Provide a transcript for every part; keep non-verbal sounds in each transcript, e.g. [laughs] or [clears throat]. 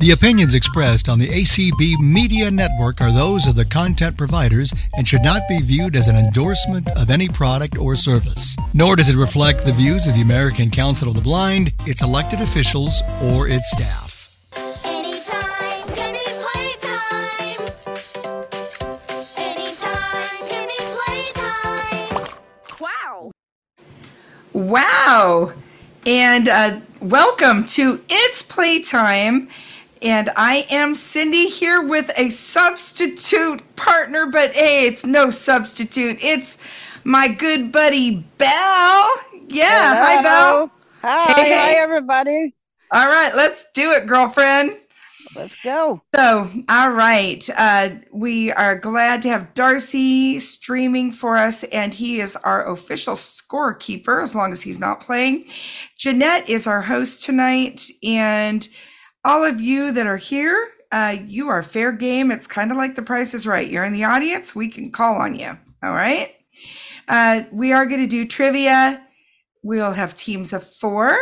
The opinions expressed on the ACB Media Network are those of the content providers and should not be viewed as an endorsement of any product or service. Nor does it reflect the views of the American Council of the Blind, its elected officials, or its staff. Anytime, any playtime. Anytime, any playtime. Wow. Wow. And uh, welcome to It's Playtime. And I am Cindy here with a substitute partner, but hey, it's no substitute. It's my good buddy, Belle. Yeah. Hi, Belle. Hello. Hi, Hey, hey. hi, everybody. All right, let's do it, girlfriend. Let's go. So, all right. Uh, we are glad to have Darcy streaming for us, and he is our official scorekeeper as long as he's not playing. Jeanette is our host tonight, and all of you that are here, uh, you are fair game. It's kind of like the price is right. You're in the audience, we can call on you. All right. Uh, we are going to do trivia. We'll have teams of four.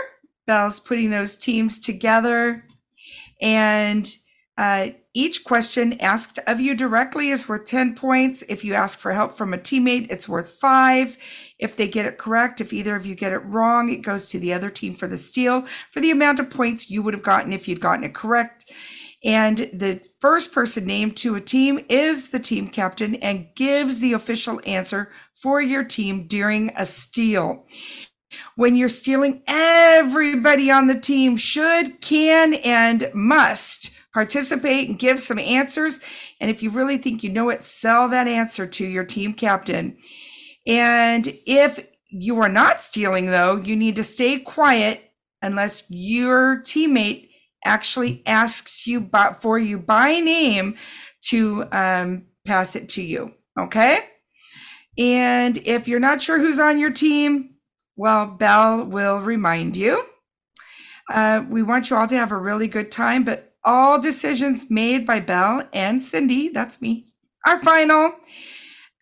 Belle's putting those teams together. And uh, each question asked of you directly is worth 10 points. If you ask for help from a teammate, it's worth five. If they get it correct, if either of you get it wrong, it goes to the other team for the steal for the amount of points you would have gotten if you'd gotten it correct. And the first person named to a team is the team captain and gives the official answer for your team during a steal when you're stealing, everybody on the team should, can, and must participate and give some answers. And if you really think you know it, sell that answer to your team captain. And if you are not stealing, though, you need to stay quiet unless your teammate actually asks you by, for you by name to um, pass it to you. Okay. And if you're not sure who's on your team, well, Belle will remind you. Uh, we want you all to have a really good time, but all decisions made by Belle and Cindy, that's me, are final.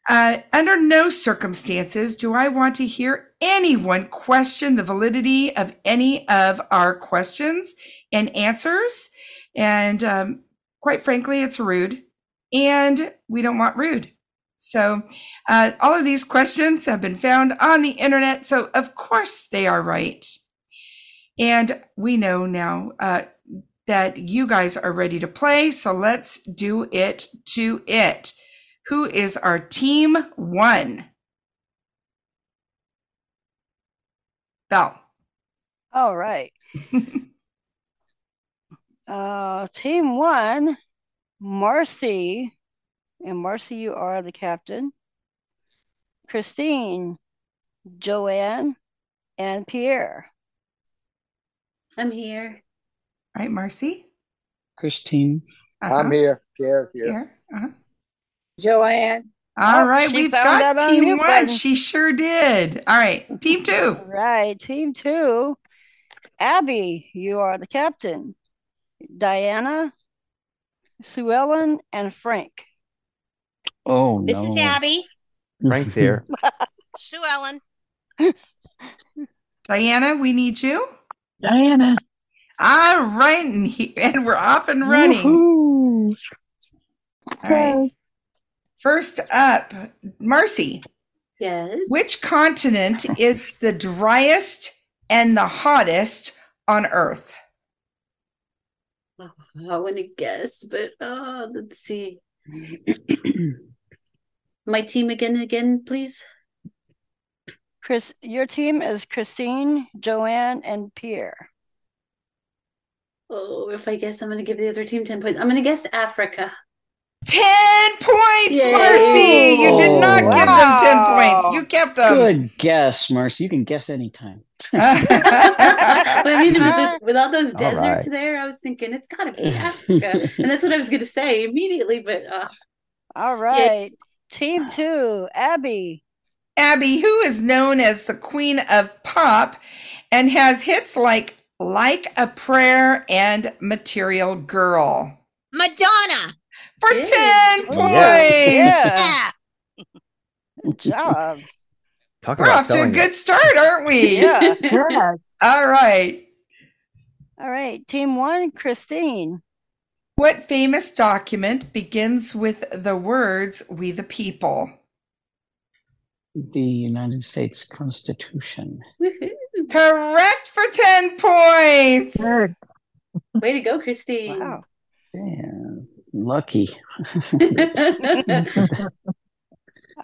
Uh, under no circumstances do I want to hear anyone question the validity of any of our questions and answers. And um, quite frankly, it's rude. And we don't want rude. So, uh, all of these questions have been found on the internet, so of course they are right. And we know now uh, that you guys are ready to play, so let's do it to it. Who is our team one? Bell. All right. [laughs] uh, team one, Marcy. And Marcy, you are the captain. Christine, Joanne, and Pierre. I'm here. All right, Marcy. Christine. Uh-huh. I'm here. Pierre's here. Here. Uh-huh. Joanne, All Oh, right, she we've found got that team unmute one. button. She sure did. All right, team two. All right. Team two, Abby, you are the captain. Diana, Sue Ellen, and Frank. Oh, no. Mrs. Abby, Frank's here. [laughs] Sue Ellen, Diana, we need you. Diana. All right, and, he, and we're off and running. Woohoo. All right. First up, Marcy. Yes. Which continent is the driest and the hottest on Earth? Oh, I want to guess, but oh, let's see. My team again, again, please. Chris, your [clears throat] team is Christine, Joanne, and Pierre. Oh, if I guess, I'm going to give the other team 10 points. I'm going to guess Africa. Ten points, Yay. Marcy. You did not Oh, give them ten points. wow. You kept them. [laughs] Good guess, Marcy. You can guess anytime. But I mean, with, the- with all those All deserts right. there, I was thinking it's got to [laughs] be Africa. and that's what I was going to say immediately, but uh, All right. Team two, Abby. Abby, who is known as the Queen of Pop and has hits like Like a Prayer and Material Girl. Madonna. For Yay. 10 Oh, points. Yeah. Yeah. [laughs] Good job. Talk We're about off to a selling good start, aren't we? [laughs] Yeah. yes. [laughs] All right. All right. Team one, Christine. What famous document begins with the words "We the people"? The United States Constitution. Woohoo. Correct for ten points. Way to go, Christine. Wow. Damn. Lucky. [laughs] [laughs]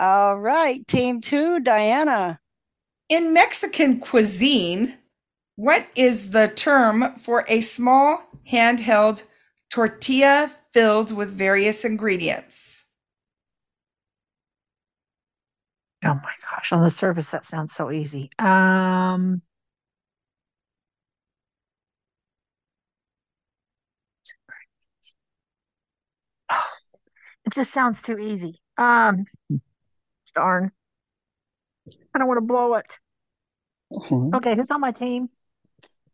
All right, team two, Diana. In Mexican cuisine, what is the term for a small handheld tortilla filled with various ingredients? Oh my gosh, on the surface that sounds so easy. Um It just sounds too easy. Um darn. I don't want to blow it. Mm-hmm. Mhm. Okay, who's on my team?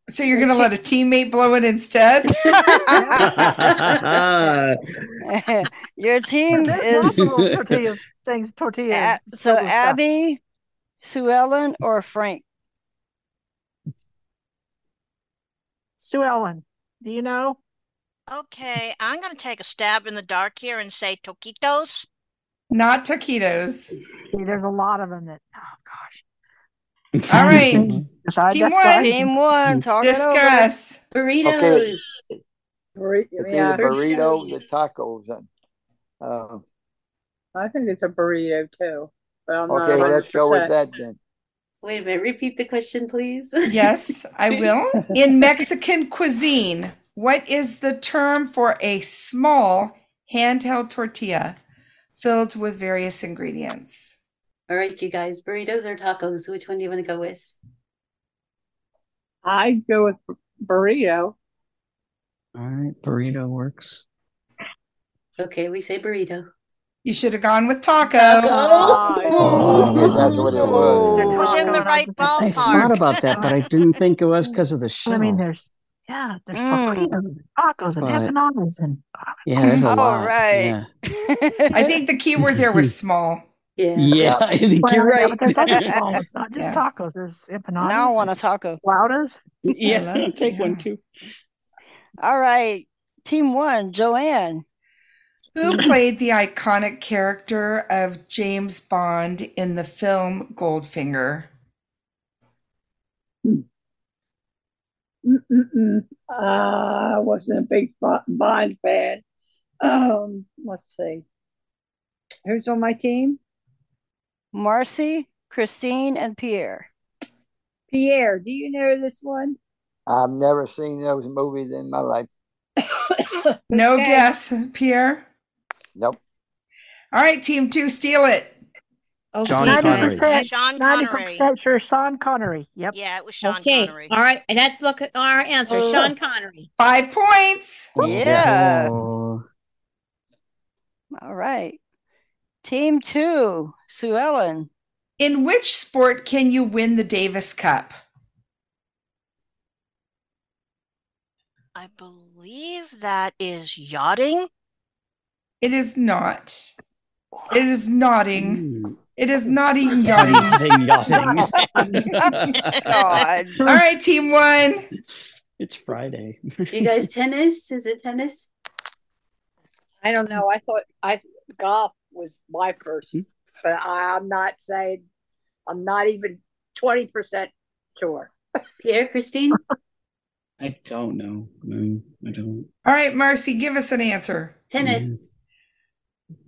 So you're going to let a teammate blow [laughs] it instead? [laughs] Your team There's is lots of little tortilla things, tortilla. A- so stuff. Abby, Sue Ellen, or Frank. Sue Ellen, do you know? Okay, I'm gonna take a stab in the dark here and say Toquitos. Not taquitos. See, There's a lot of them that, oh gosh. [laughs] All right. Side, Team that's one. fine. Team one, talk it over. Discuss. Burritos. Burrito, It's yeah, either burrito, the burritos. tacos, and uh, I think it's a burrito too, but I'm not. okay, well, let's go with 100%. that then. Wait a minute. Repeat the question, please. [laughs] Yes, I will. In Mexican cuisine, what is the term for a small handheld tortilla filled with various ingredients? All right, you guys. Burritos or tacos? Which one do you want to go with? I go with bur- burrito. All right. Burrito works. Okay, we say burrito. You should have gone with taco. Oh. That's what it was. They're It was in taco, and the I right just- I thought ballpark. about that, but I didn't think it was because of the show. But I mean, there's, yeah, there's Mm. tortillas and tacos and But- empanadas and yeah, there's a All lot. right. Yeah, I think the key word there was small. Yeah. yeah I think Well, you're yeah, right. but there's [laughs] [laughs] other small. It's not just Yeah. tacos. There's empanadas. now I want a and taco. flautas. yeah, love [laughs] it, take one yeah. too. All right, team one, Joanne. Who played the iconic character of James Bond in the film Goldfinger? Mm-mm-mm. Uh, I wasn't a big Bo- Bond fan. Um, let's see. Who's on my team? Marcy, Christine, and Pierre. Pierre. Do you know this one? I've never seen those movies in my life. No Okay. guess, Pierre. Nope. All right, team two, steal it. Oh, Johnny please. Connery. Ninety percent. Sean Ninety Connery. percent sure. Sean Connery. Yep. Yeah, it was Sean Okay, Connery. all right, and that's look at our answer, Oh. Sean Connery. Five points. Yeah. Oh, All right, team two, Sue Ellen. In which sport can you win the Davis Cup? I believe that is yachting. It is not. It is nodding. mm. It is [laughs] nodding, [laughs] yachting. Yachting, yachting. God, All right, team one. [laughs] it's Friday. [laughs] You guys, tennis? Is it tennis? I don't know. I thought I golf was my first, Hmm. but I, I'm not saying I'm not even twenty percent sure. Pierre, Christine? I don't know. No, I don't. All right, Marcy, give us an answer. Mm-hmm. Tennis.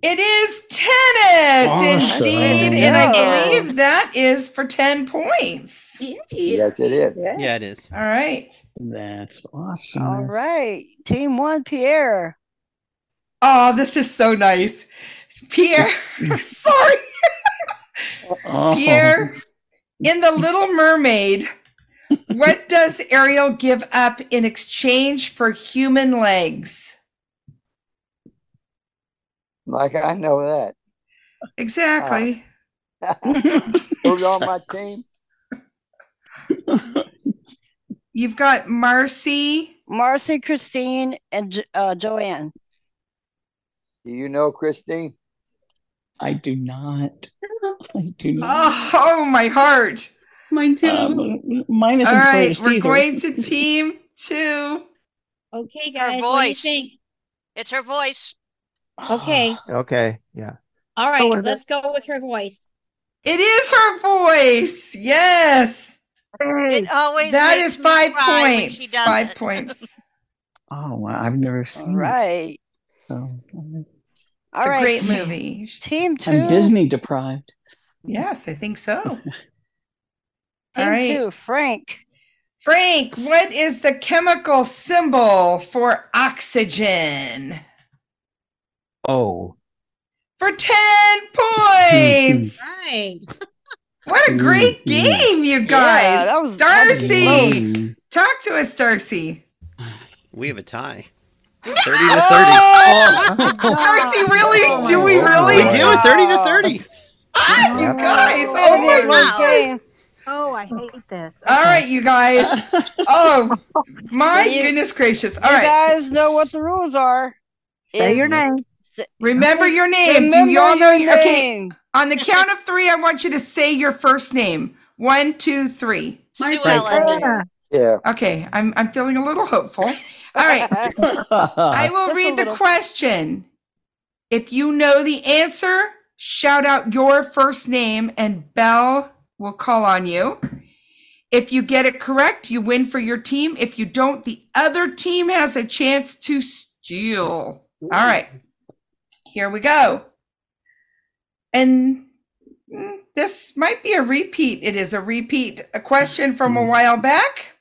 It is tennis, Awesome. indeed. And I Yeah. believe that is for 10 points. Yay. Yes, it is. Yeah. Yeah, it is. All right. That's awesome. all right, team one, Pierre. Oh, this is so nice. Pierre, sorry, Oh. Pierre. In The Little Mermaid, what does Ariel give up in exchange for human legs? Like I know that. Exactly. [laughs] Who's on Ah. my team? You've got Marcy. Marcy, Christine, and Jo- uh, Joanne. Do you know Christine? I do not. [laughs] I do not. Oh, my heart. Mine too. Um, mine isn't All right, first we're either. going to team two. okay, Her voice. It's her voice. [sighs] Okay. Okay. Yeah. All Oh, Oh, right. Go with it. let's go with her voice. It is her voice. Yes. It always That makes is me five cry when she points. does Five it. [laughs] points. Oh, wow. I've never seen All right. it. So, I'm All a right. great movie. Team 2 Disney [laughs] deprived. Yes, I think so. Team All right. two, Frank. Frank, what is the chemical symbol for oxygen? Oh, For 10 points. Right. [laughs] What a great game, you guys. Yeah, that was- that was Mm. Darcy, talk to us, Darcy. We have a tie. 30 to 30. [laughs] Oh, Darcy, really? Oh do we really? we do 30 to 30. Ah, you guys. Oh my gosh. Oh, I hate this. All right, you guys. [laughs] Oh, my goodness gracious. All you right. guys know what the rules are. Say your name. Remember your name. Do Remember y'all know your your Okay. name. On the count of three, I want you to say your first name. One, two, three. Sue Ellen. Yeah. Okay. I'm I'm feeling a little hopeful. All right. I will Just a read the little. question. If you know the answer, shout out your first name and Belle will call on you. If you get it correct, you win for your team. If you don't, the other team has a chance to steal. All right. Here we go. And mm, this might be a repeat. It is a repeat. A question from a while back.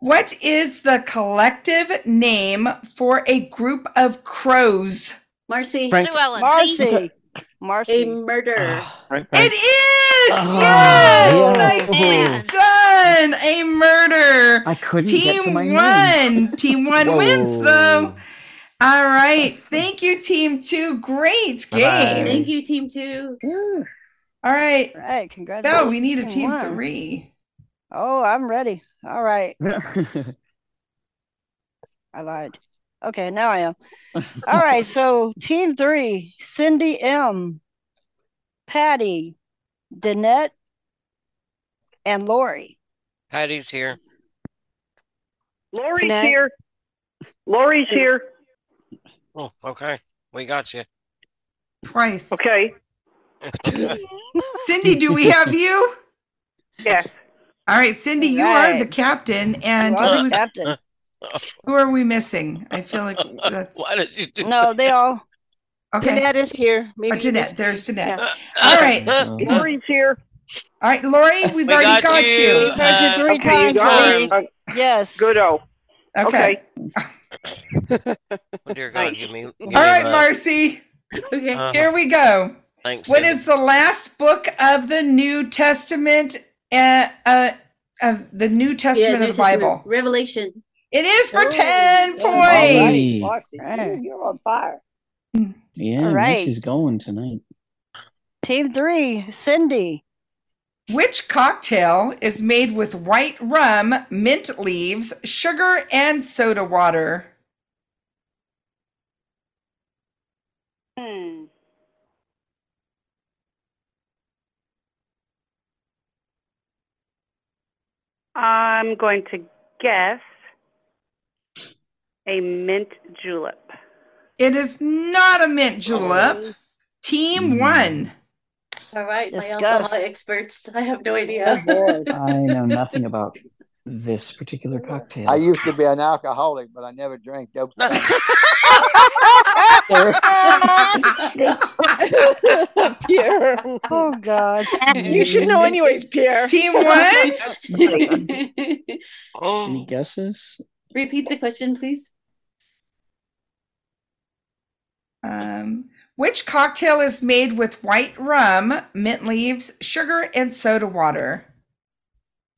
What is the collective name for a group of crows? Marcy. Frank. Ah. Sue Ellen. Marcy. Marcy. A murder. It is! Oh, yes! yes. Oh. Nicely done! A murder. I couldn't get to Team my name. one. Team [laughs] one Whoa. wins, though. All right. Thank you, Team two. Great game. Bye-bye. Thank you, team two. All right. All right. Congratulations. No, we need a team one. three. Oh, I'm ready. All right. I lied. Okay, now I am. All [laughs] right, so team three, Cindy M, Patty, Danette, and Lori. Patty's here. Lori's Jeanette. here. Lori's here. Oh, okay. We got [laughs] you. Twice. Okay. Oh, Cindy, do we have you? Yes. All right, Cindy, you are the captain. And You are the who's- captain. who are we missing? I feel like that's. Why did you do No, they all. Okay. Jeanette is here. Oh, Jeanette, there's Jeanette. Yeah. All right. Lori's here. All right, Lori, [laughs] we've We already got got you. you. We heard you three Okay, Uh, you times, got Lori. it. Yes. Goodo. Okay. Oh, dear God, give me. Give All me right, that. Marcy. Okay. uh, Uh-huh. Here we go. Thanks. What Cindy. is the last book of the New Testament? Uh, uh, of the New Testament New of the Testament. Bible. Revelation. It is for Oh, ten yeah. points. All right. Marcy, you, you're on fire. Yeah, All right. she's going [laughs] tonight. Team [laughs] three, [laughs] Cindy. Which cocktail is made with white rum, mint leaves, sugar, and soda water? Hmm. I'm going to guess a mint julep. It is not a mint julep. Hmm. Team one. All right, Discuss. my alcohol experts. [laughs] I have no Oh, idea. Oh, I know nothing about this particular cocktail. I used to be an alcoholic, but I never drank dope. Pierre. Oh God. You should know anyways, Pierre. Team one? [laughs] Oh. Any guesses? Repeat the question, please. Um, which cocktail is made with white rum, mint leaves, sugar, and soda water?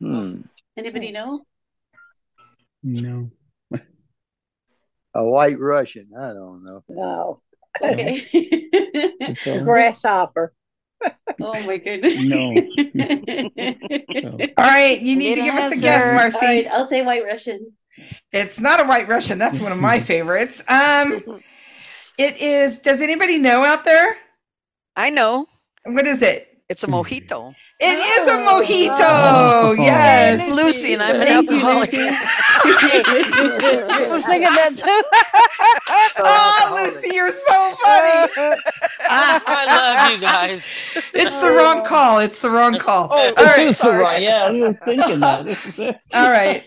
Hmm. [laughs] Anybody know? No. A white Russian. I don't know. No. Okay. Grasshopper. oh my goodness. No. All right, you need to give us a guess, Marcy. All right, I'll say White Russian. It's not a white Russian. That's one of my favorites. Um, it is. Does anybody know out there? I know. What is it? It's a mojito. It is a Oh, mojito. Oh, Yes. Hey, Lucy, and I'm an Thank you, alcoholic. I was thinking that too. oh, Lucy, you're so funny. I love [laughs] you guys. [laughs] It's the Oh. wrong call. It's the wrong call. Oh, All this right, is the sorry. right. Yeah, I [laughs] was thinking that. All right.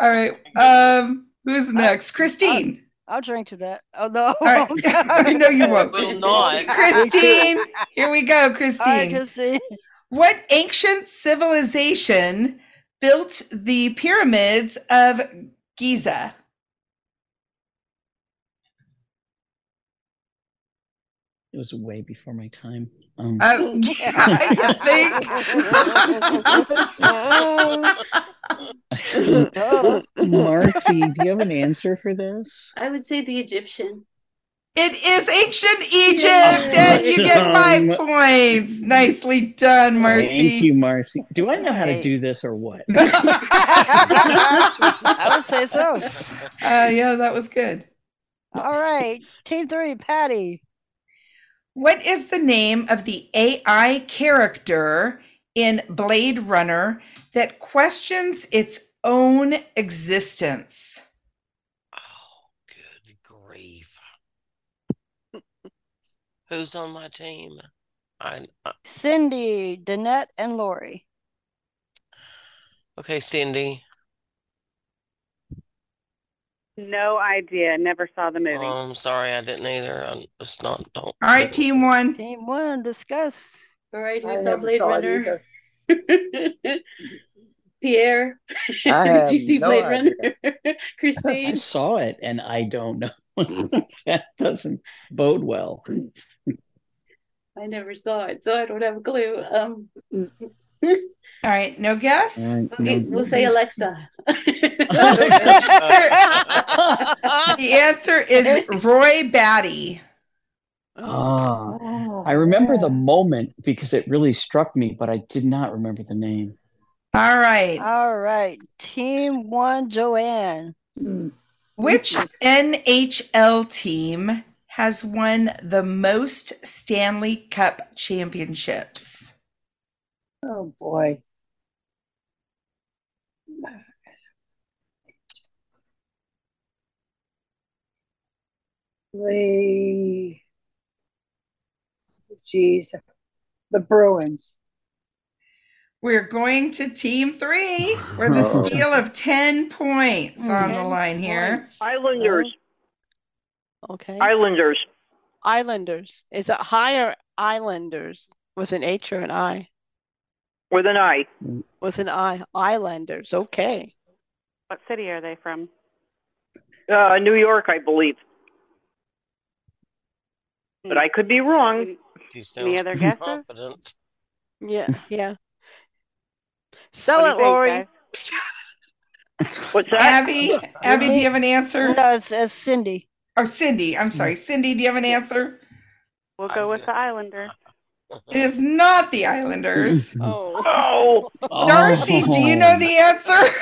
All right. Um, who's next? Christine. I'll drink to that. Oh no! All right. [laughs] I [laughs] know you won't. Will [laughs] not. Christine. Here we go, Christine. All right, Christine. What ancient civilization built the pyramids of Giza? It was way before my time. Um, Uh, [laughs] yeah, I think. Marcy, do you have an [laughs] answer for this? I would say the Egyptian. It is ancient Egypt, and you get five Awesome. points. Nicely done, Oh, Thank Marcy. you, Marcy. Do I know how to Hey. do this or what? I would say so. [laughs] Uh, yeah, that was good. All right, team three, Patty. What is the name of the AI character in Blade Runner that questions its own [laughs] existence? Grief. Who's on my team? I Cindy, Danette, and Lori. okay, Cindy. No idea. Never saw the movie. Oh, I'm sorry, I didn't either. I'm, it's not. Don't. All right, team one. Team one, discuss. All right, I who saw never Blade saw it Runner? Pierre. [laughs] I Did you have see no Blade idea. Runner? [laughs] I Christine. saw it and I don't know. [laughs] that doesn't bode well. I never saw it, so I don't have a clue. Um, All right, no guess? okay, we'll [laughs] say Alexa. The answer [laughs] is Roy Batty. Ah, I remember the moment because it really struck me, but I did not remember the name. All right. All right, team one, Joanne. Hmm. Which NHL team has won the most Stanley Cup championships? Oh boy. The geez, the Bruins. We're going to team three for the Uh-oh. steal of 10 points on the line here. Islanders. Okay. Islanders. Islanders. Is it higher Islanders with an H or an I? With an I. With an I. Islanders. Okay. What city are they from? Uh, New York, I believe. But I could be wrong. Hmm. Any other guesses? Yeah. Yeah. Sell What it, do you Lori. think, What's that? Abby, Abby, do you have an answer? No, it's, it's Cindy. Mm-hmm. Or Cindy, I'm sorry. Cindy, do you have an answer? We'll go with the Islanders. It is not the Islanders. Oh. Darcy, do you know the answer?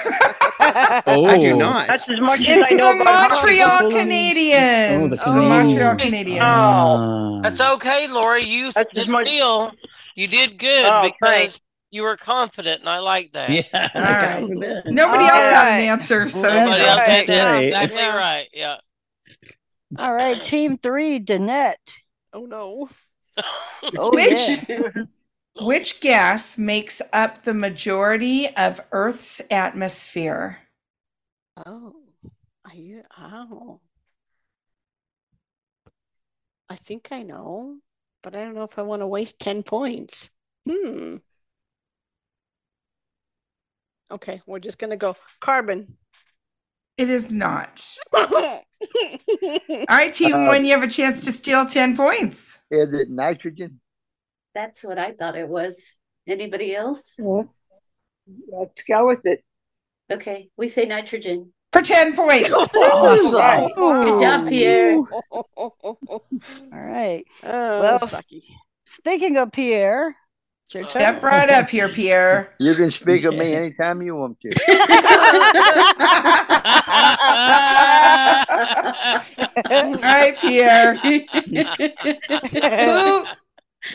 I Oh. do not. That's as much much as as It's I I know know the about Montreal hockey. Canadiens. Oh, the It's the Montreal Canadiens. Ah. Oh, that's okay, Lori. You That's s- just my- still you did good Oh, because thanks. you were confident, and I like that. Yeah. [laughs] All right. Nobody else had an answer, so that's Nobody else right. had that. Right. Exactly right. Yeah. All right, team three, Danette. Oh no. Oh, Which- yeah. Which gas makes up the majority of Earth's atmosphere? Oh, I hear. Oh, I think I know, but I don't know if I want to waste 10 points. Hmm. Okay, we're just going to go carbon. [laughs] It is not. All All right, team Uh, one, you have a chance to steal 10 points. Is it nitrogen? That's what I thought it was. Anybody else? Let's go with it. Okay, we say nitrogen. For 10 [laughs] points. Awesome. Good job, Pierre. All right. Oh, well, sucky. speaking of Pierre, Step right up here, [laughs] Pierre. You can speak of me anytime you [laughs] want to. All right, Pierre. Who,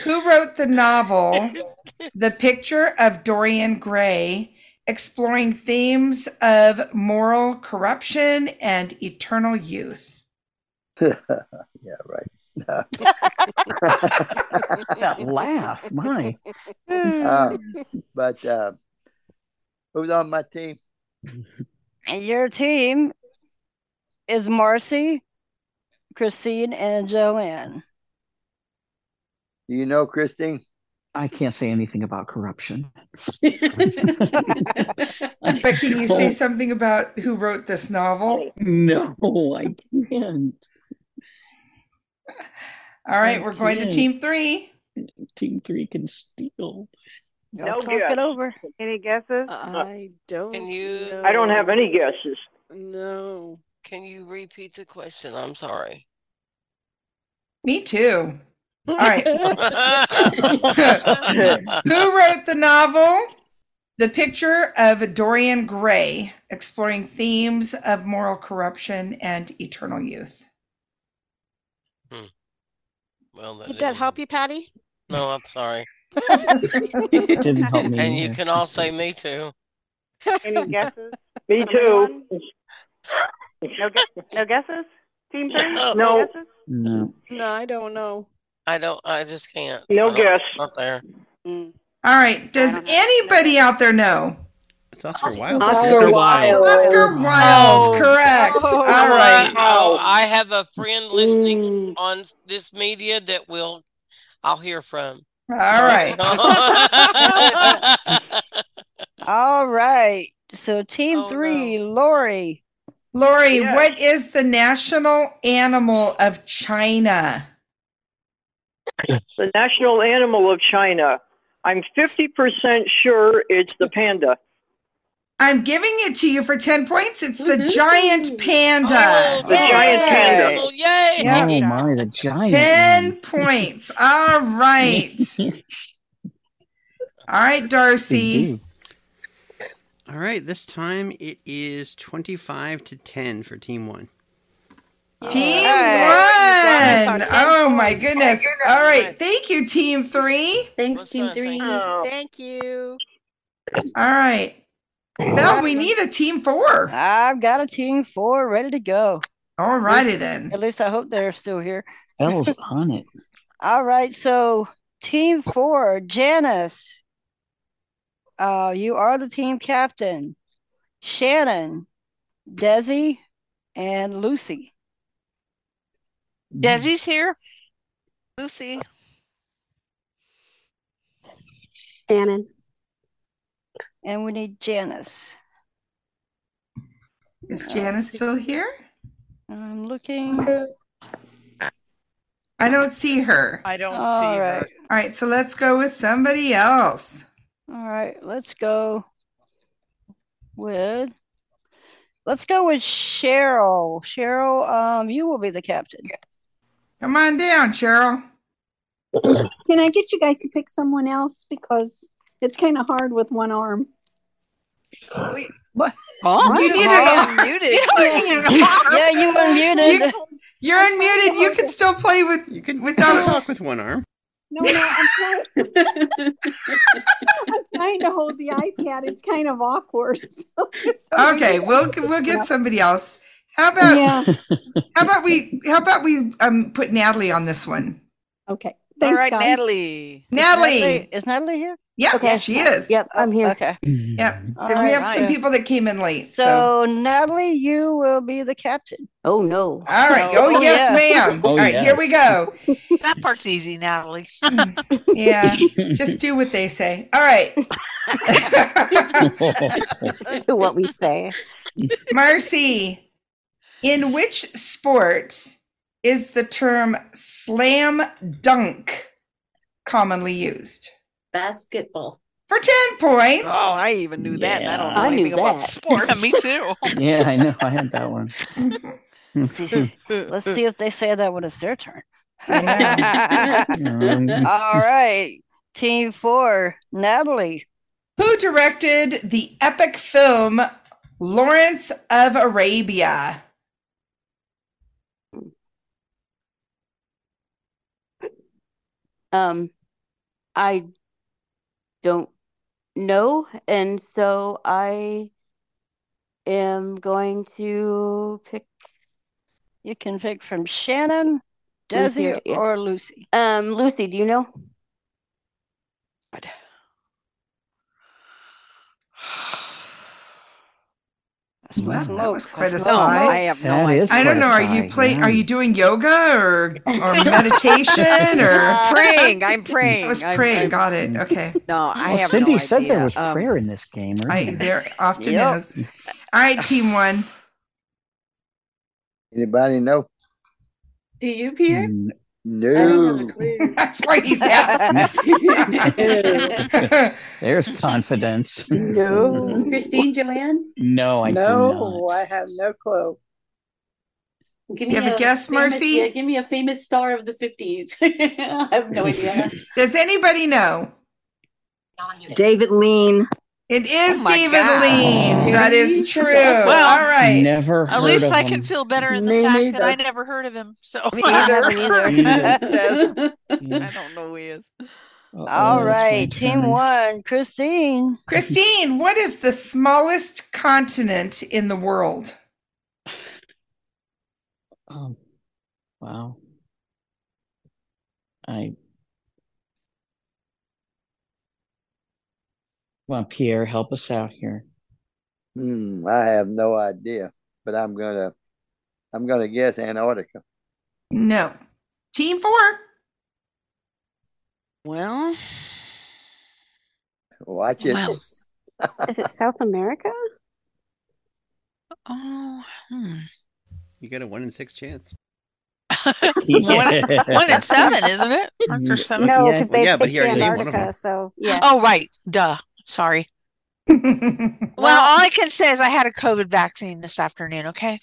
Who wrote the novel The Picture of Dorian Gray, exploring themes of moral corruption and eternal youth? yeah, right. [laughs] that [laughs] laugh, my. Uh, but uh, who's on my team? And your team is Marcy, Christine, and Joanne. Do you know Christine? I can't say anything about corruption. But can you say something about who wrote this novel? No, I can't. All right, we're going to Okay. team three. Team three can steal. No talk guess. it over. Any guesses? Uh-uh. I don't. Can you? I don't have any guesses. No. Can you repeat the question? I'm sorry. Me too. All [laughs] right. [laughs] Who wrote the novel The Picture of Dorian Gray, exploring themes of moral corruption and eternal youth? Hmm. Well, that Did that is- help you, Patty? No, I'm sorry. It didn't help me. And you either. can all say me too. Any guesses? Me [laughs] too. No, gu- no guesses? Team three? No. guesses? No. No, I don't know. I don't. I just can't. No I don't- guess. Not there. All right. Does anybody out there know? It's Oscar Wilde. Oscar Wilde. Oscar Wilde, correct. Oh, All right. So I have a friend listening Mm. on this media that will. I'll hear from. All [laughs] right. All right. So team three, Lori. Lori, what is the national animal of China? The national animal of China. I'm 50% sure it's the panda. I'm giving it to you for 10 points. It's the giant Oh, panda. The giant panda. Well, yay! Oh my, the giant. 10 points. All right. All right, Darcy. All right, this time it is 25 to 10 for team [laughs] one. Team right. one. Oh my goodness. All right. Thank you, team three. Thanks, team three. Thank you. All right. Well, we need a team four. I've got a team four ready to go. All righty then. At least I hope they're still here. Bells on it. All right, so team four, Janice. Uh, you are the team captain. Shannon, Desi, and Lucy. Desi's here. Lucy. Shannon. And we need Janice. Is Janice still here? I'm looking. I don't see her. I don't see her. All right. So let's go with somebody else. All right, let's go with let's go with Cheryl. Cheryl, um, you will be the captain. Come on down, Cheryl. Can I get you guys to pick someone else because it's kind of hard with one arm. Oh, you need an arm. [laughs] [laughs] Yeah, you unmuted. You, are unmuted. You can still play with you can without [laughs] Talk with one arm. No, no, I'm trying, I'm trying to hold the iPad. It's kind of awkward. [laughs] so- so- Okay, we'll we'll get somebody else. How about Yeah. how about we how about we um put Natalie on this one? Okay. All Thanks, right, guys. Natalie. Natalie. Is Natalie here? Yeah, yeah, she is. Yep, I'm here. Mm-hmm. Okay. Yep. All we have some right. people that came in late. So, So Natalie, you will be [laughs] the captain. Oh no. all right. Oh, Oh, yes, yeah. ma'am. all right, here we go. That part's easy, Natalie. [laughs] Yeah. just do what they say. All right. Do [laughs] what we say. Marcy, in which sport is the term slam dunk commonly used? Basketball. For 10 points. Oh, I even knew that. And I don't know I knew anything about that. sports. [laughs] Yeah, me too. Yeah, I know. I had [laughs] that one. Hmm. See, [laughs] let's see if they say that when it's [laughs] their turn. Um, Uh, All right. Team four, Natalie. Who directed the epic film Lawrence of Arabia? Um, I don't know. And so I am going to pick. You can pick from Shannon, Desi, Lucy, yeah. or Lucy. Um, Lucy, do you know? Wow, that was quite a Smoke. sight. I have no That idea. is I don't quite know. a Are you sight, playing? yeah. Are you doing yoga or or meditation or Uh, praying. I'm praying. [laughs] I was I'm- praying. I'm- Got it. Okay. No, I Well, have Cindy no said there idea. was Um, prayer in this game. I, right? there often Yep. is. All right, team one. Anybody know? Do you, Mm. Peter? No. I don't have a clue. That's why he's [laughs] [laughs] asking. [laughs] There's [laughs] confidence. Christine, Joanne? Oh, No, I no, I have no clue. You Give me have a guess, famous- Marcy? yeah, give me a famous star of the 50s. [laughs] I [laughs] have no idea. Does anybody know? David Lean. It is Oh my David God. Lean. That is true. Well, All right. Never At least I can feel better in the Me fact that neither. I never heard of him. So [laughs] Me either. [laughs] Yes. I don't know who he is. All right, team one, Christine. Christine, what is the smallest continent in the world? Um, wow. I. Well, Pierre, help us out [laughs] here. Hmm, I have no idea, but I'm gonna, I'm gonna guess Antarctica. No. Team four. Well, Watch it. Well. Is it South America? Oh, hmm. You got a one in six [laughs] chance. one, one in seven, isn't it? Aren't there Yeah. seven? No, 'cause they Yeah, but picked he already named one of Antarctica, them. so yeah. Oh, right. Duh. Sorry. well, all I can say is I had a COVID vaccine this afternoon. Okay.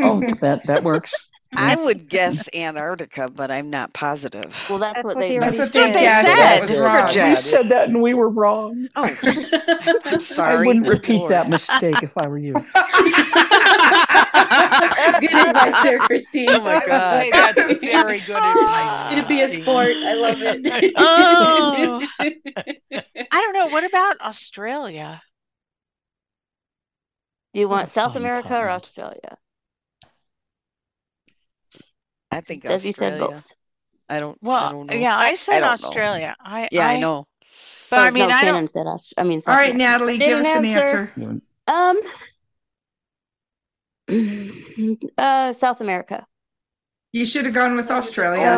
Oh, that that works. [laughs] I would guess Antarctica, but I'm not positive. Well, that's, what, what they. they That's they what they said. guessed. That was wrong. You said that, and we were wrong. I'm [laughs] I Oh. sorry. wouldn't repeat Lord. that mistake if I were you. Good advice there, Christine. Oh my God. That's very good advice. It'd be a sport. I love it. [laughs] [laughs] Oh. [laughs] I don't know. What about Australia? Do [laughs] you want South Oh, fine America or Australia? I think Desi said Australia. both. I don't. I Well, don't know. yeah, I said don't know. Australia. I Yeah, I I- know. But I Oh, mean, no, I Shannon don't. said Aus- I mean, All South right, America. Natalie, Need give us an answer. Um, uh, South [gasps] America. You should have gone with Australia.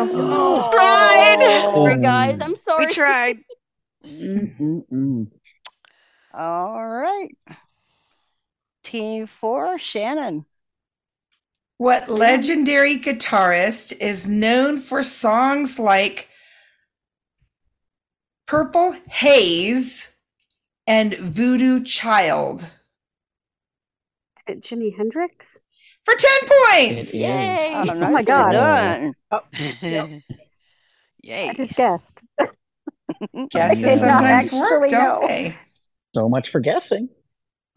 Oh. Oh, tried. Oh. Sorry, guys. I'm sorry. We tried. All right. Team four, Shannon. What legendary guitarist is known for songs like Purple Haze and Voodoo Child? Is it Jimi Hendrix? For 10 points. Yay. Oh, Oh, my nicely God. done. Yay. I just guessed. [laughs] Guesses I did not sometimes work, actually don't know. they? [laughs] So much for guessing.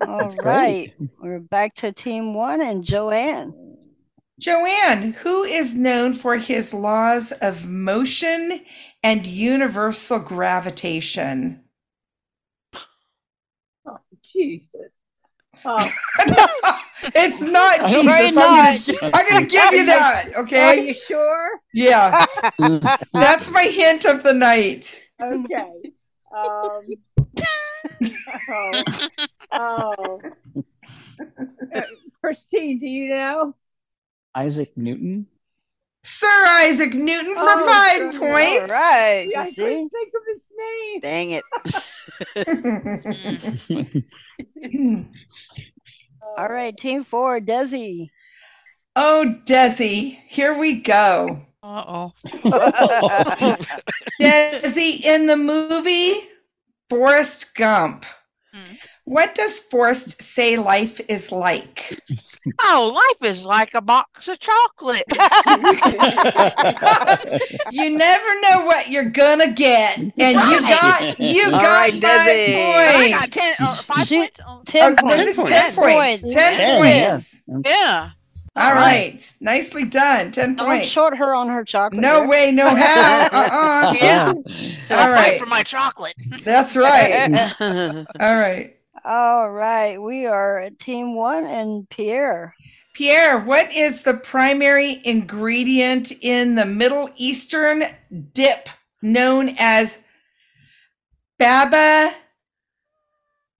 All great. right. We're back to team one and Joanne. Joanne, who is known for his laws of motion and universal gravitation? Oh, Jesus. Oh, [laughs] It's not Very Jesus. much. I'm gonna, I'm gonna give you that. Are Okay. you sure? Yeah. That's my hint of the night. Okay. Um, [laughs] oh, [laughs] oh. Uh, Christine, do you know? Isaac Newton. Sir Isaac Newton for Oh, five goodness. points. All right, See, you I see? couldn't think of his name. Dang it. [laughs] All right, team four, Desi. Oh, Desi, here we go. Uh oh. [laughs] Desi in the movie Forrest Gump. What does Forrest say life is like? Oh, life is like a box of chocolates. [laughs] [laughs] you never know what you're gonna get, and you got you All got right, five Desi. I got uh, points. [laughs] ten, or five points. Ten Oh, this points. is ten points. Ten points. Yeah. All right. Nicely done. 10 Don't points. short her on her chocolate. No there. way, [laughs] no how. Uh-uh. Yeah. All right. for my chocolate. That's [laughs] right. All right. All right. We are at team one and Pierre. Pierre, what is the primary ingredient in the Middle Eastern dip known as baba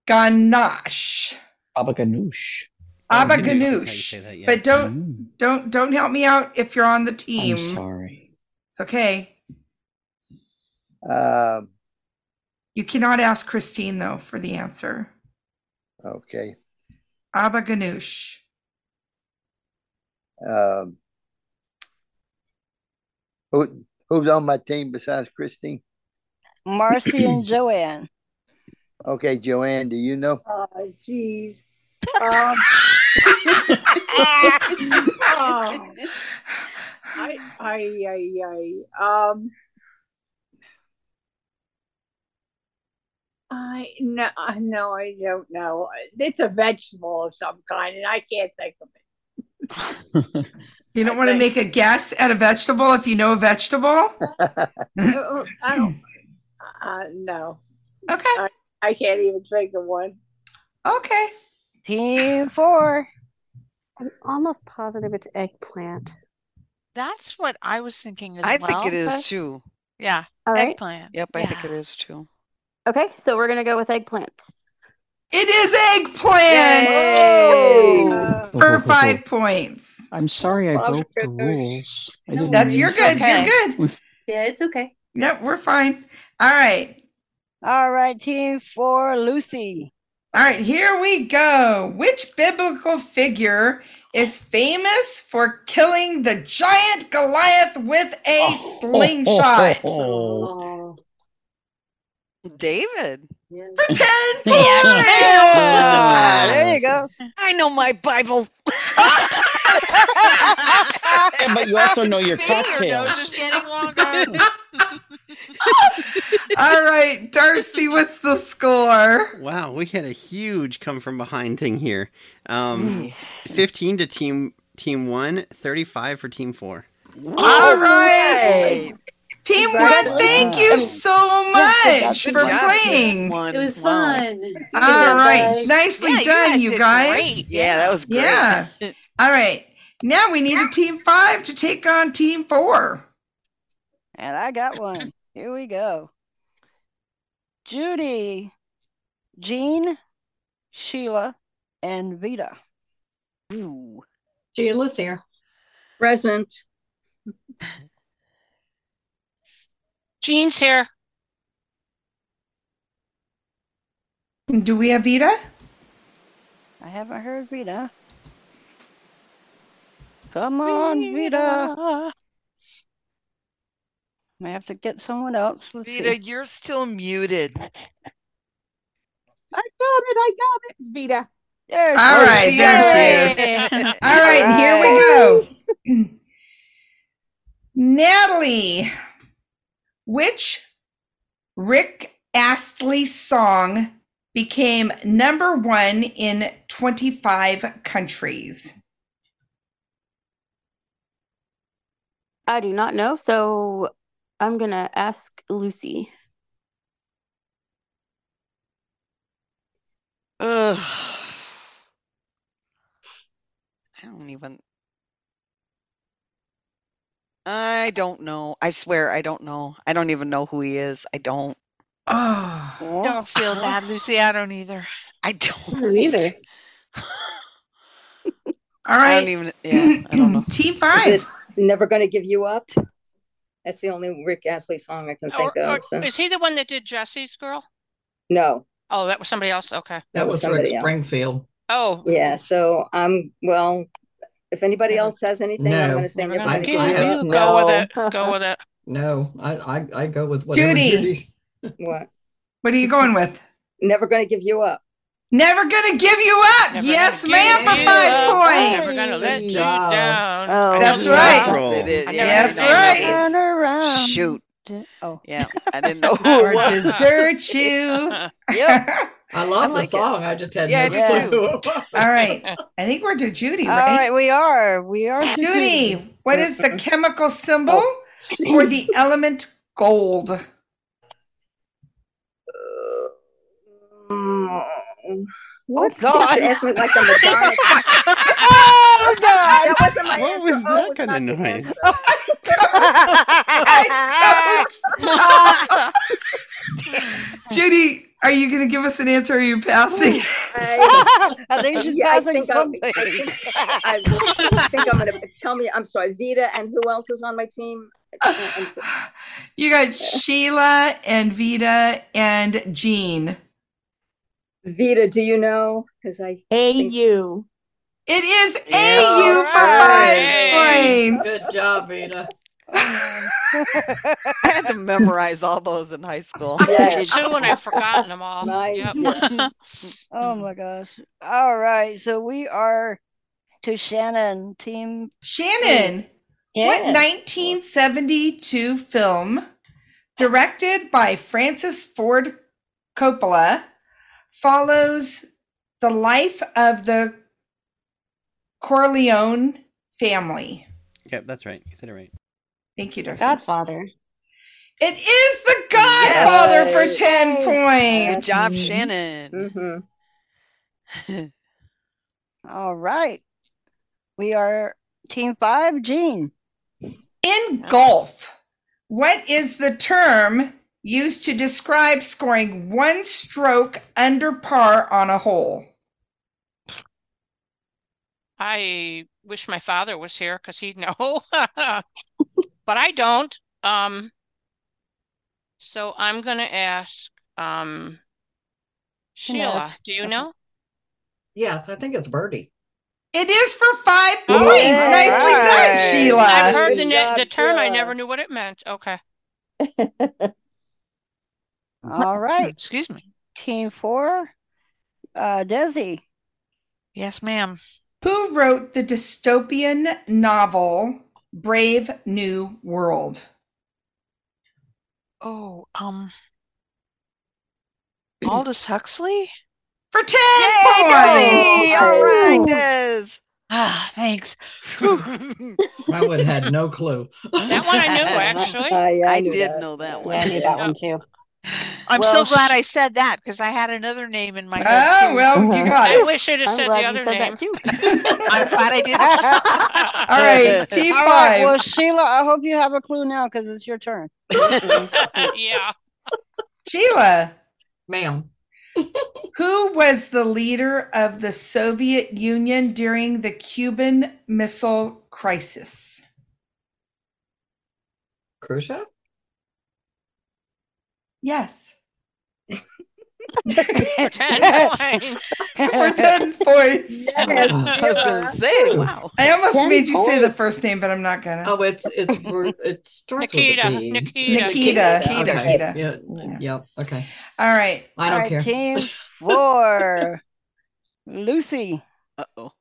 ganoush? Baba ganoush. Baba I knew that's how you ganoush. say that, yeah. But don't Mm, don't don't help me out if you're on the team. sorry. It's okay. Um, You cannot ask Christine though for the answer. okay. Baba ganoush. Um, who who's on my team besides Christine? [clears throat] Marcy and Joanne. Okay, Joanne, do you know? Oh, jeez. Um, oh. I, I, I, I, um, I no, I no, I don't know. It's a vegetable of some kind, and I can't think of it. You don't want to make a guess at a vegetable if you know a vegetable? Uh, I don't. Uh, no. Okay. I, I can't even think of one. Okay. Team four. I'm almost positive it's eggplant. That's what I was thinking as I well. think it is too. Yeah. All right. Eggplant. Yep, I think it is too. Okay, so we're gonna go with eggplant. It is eggplant. For five points. I'm sorry I Baba broke the rules. I didn't That's mean you're to. good. You're good. Yeah, it's okay. Yep, we're fine. All right. All right, team four, Lucy. All right, here we go. Which biblical figure is famous for killing the giant Goliath with a Oh. slingshot? Oh, David. For 10 [laughs] points. Yeah, there you go. I know my Bible. [laughs] Yeah, but you also know your See, your cocktails. [laughs] All right, Darcy, what's the score? Wow, we had a huge come from behind thing here. Um, 15 to team team 1, 35 for team 4. All right. Team one, thank you so much Good for job, playing. It was fun. All Yeah, right. guys. Nicely Yeah, you done, guys you did guys. great. Yeah, that was great. [laughs] Yeah. All right. Now we need a team five to take on team four. And I got one. Here we go. Judy, Jean, Sheila, and Vita. Ooh. Sheila's here. Present. Jean's here. Do we have Vita? I haven't heard Vita. Come on, Vita. I have to get someone else. Let's Vita, see. you're still muted. I got it. I got it. It's Vita. There All right, there she is. [laughs] All right, here we go. [clears throat] Natalie, which Rick Astley song became number one in 25 countries? I do not know, so I'm gonna ask Lucy. Ugh. I don't even. I don't know. I swear I don't know. I don't even know who he is. I don't. [sighs] Oh. Don't feel bad, Lucy. I don't either. I don't. either. All I right. don't even. Yeah, I [clears throat] don't know. Team Is it Never gonna give you up. That's the only Rick Astley song I can think Or- of. So. Is he the one that did Jesse's girl? No, Oh, that was somebody else. Okay. That was Rick somebody else. Springfield. Oh, yeah. So I'm well. If anybody else has anything, I'm No. gonna say Never never gonna gonna give give you you up. up. Go with it. Go with it. No, I, I, I go with whatever Judy. Judy's What? What are you going with? Never gonna give you up. Never gonna give you up. yes, ma'am, for five points. Never gonna let you No. down. Oh, I That's know the right. song. Roll. It is. I Yeah, never That's knew that. right. Turn around. Shoot. Oh. Yeah, I didn't know who Or it was. desert you. Yep. I love the like it. song. I just had Yeah, no I do clue. [laughs] All right. I think we're to Judy, All right? right, we are. We are. to Judy, what is the chemical symbol for [laughs] the element gold? [laughs] Oh. Um, What? God. You asked me like [laughs] the Madonna. oh God! [laughs] That wasn't my What answer. was Oh, that kind of noise? [laughs] Judy, are you going to give us an answer or are you passing? I [laughs] [laughs] think she's passing something. I, think, I think I'm gonna tell me. I'm sorry, Vita, and who else is on my team? You got Sheila and Vita and Jean. Vita, do you [laughs] know? Because I AU. It is AU All for five points. Good job, Vita. [laughs] I had to memorize all those in high school. Yeah. Two and I've forgotten them all. Nice. Yep. Oh my gosh. All right. So we are to Shannon team. Shannon, what 1972 film directed by Francis Ford Coppola follows the life of the Corleone family? Yep, that's right. You said it right. Thank you, Darcy. Godfather. It is The Godfather for 10 points. Good job, Shannon. Mm-hmm. All right. We are team five, Gene. In golf, what is the term used to describe scoring one stroke under par on a hole? I wish my father was here because he'd know, [laughs] but I don't. Um, so I'm gonna ask um, Can I Sheila, ask- do you okay. know? Yes, I think it's Birdie. It is for five Oh, points. all Nicely done, right. Sheila. I've heard the Good ne- the job, term. I Sheila. never knew what it meant. Okay. All right. Excuse me. Team four, uh, Desi. Yes, ma'am. Who wrote the dystopian novel Brave New World? Oh, um, Aldous Huxley? For 10 points. Desi! All right, Ooh. Des. Ah, [laughs] thanks. Phew. I would have had no clue. That one [laughs] I [laughs] knew, actually. I, did know that one. Yeah, I knew that one too. I'm Well, so glad sh- I said that because I had another name in my head Oh, too. well, you got I it. wish I'd have I'm said glad the you other said that name. [laughs] I'm glad I didn't. [laughs] All right, T5. All right. Well, Sheila, I hope you have a clue now because it's your turn. yeah. Sheila, Ma'am. [laughs] who was the leader of the Soviet Union during the Cuban Missile Crisis? Khrushchev? Yes. For 10 points. For 10 points. I was going to say, wow. I almost 10 made you say the points. first name, but I'm not going to. Oh, it's it's it starts Nikita, with a B. Nikita. Nikita. Nikita. Okay. Nikita. Yeah. Yep. Okay. All right. I All don't right, care. [laughs] team four, Lucy. Uh-oh. All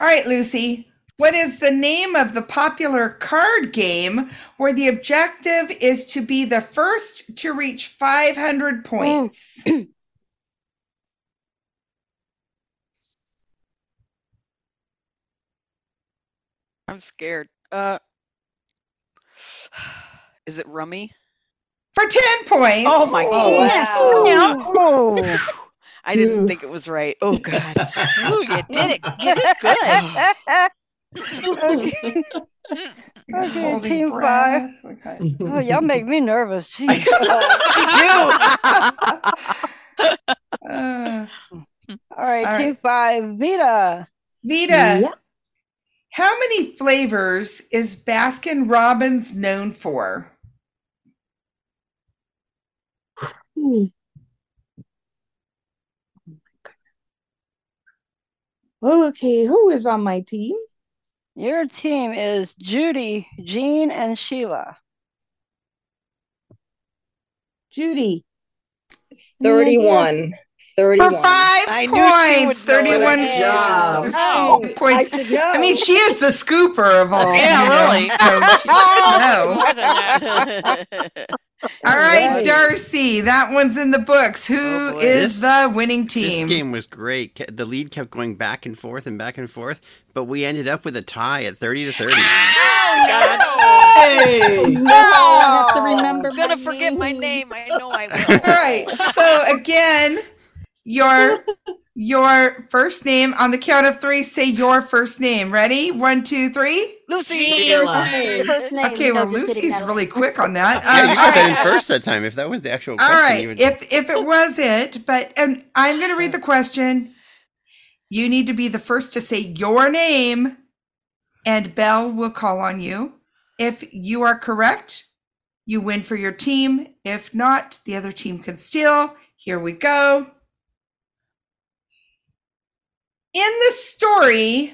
right, Lucy. What is the name of the popular card game where the objective is to be the first to reach 500 points? I'm scared. [sighs] Uh, is it rummy? For 10 points. Oh my Oh, god. Yes, wow. ma'am. Oh, I didn't Ooh. think it was right. Oh god. Ooh, you did it. You did good. [laughs] okay, [clears throat] okay Holding team five. breath. Okay. [laughs] Oh, [laughs] y'all make me [laughs] nervous. Jeez. Uh, All right, All team five, Vita. Vita, how many flavors is Baskin Robbins known for? Hmm. Oh, Okay, who is on my team? Your team is Judy, Jean, and Sheila. Judy. Thirty-one. For Thirty-one. five I knew she points. would know it. 31 Good job. Oh. points. I should I know. mean, she is the scooper of all. Yeah, you know, really. [laughs] More so she should know. than that. [laughs] All right, Right. Darcy, that one's in the books. Who is Oh, boy. This- the winning This team? game was great. Ke- The lead kept going back and forth and back and forth, but we ended up with a tie at 30 to Um, 30. [laughs] I have to remember. I'm gonna forget my name. I know [laughs] [laughs] I will. [laughs] All right. So again, your your first name on the count of three. Say your first name. Ready? One, two, three. Lucy. Sheila. First name, Okay. Well, Kansas City, Lucy's Madeline. really quick on that. Yeah, Um, you got all that right. in first that time. If that was the actual All question, you would- right. If if it was it, but and I'm gonna read the question. You need to be the first to say your name, and Bell will call on you. If you are correct, you win for your team. If not, the other team can steal. Here we go. In the story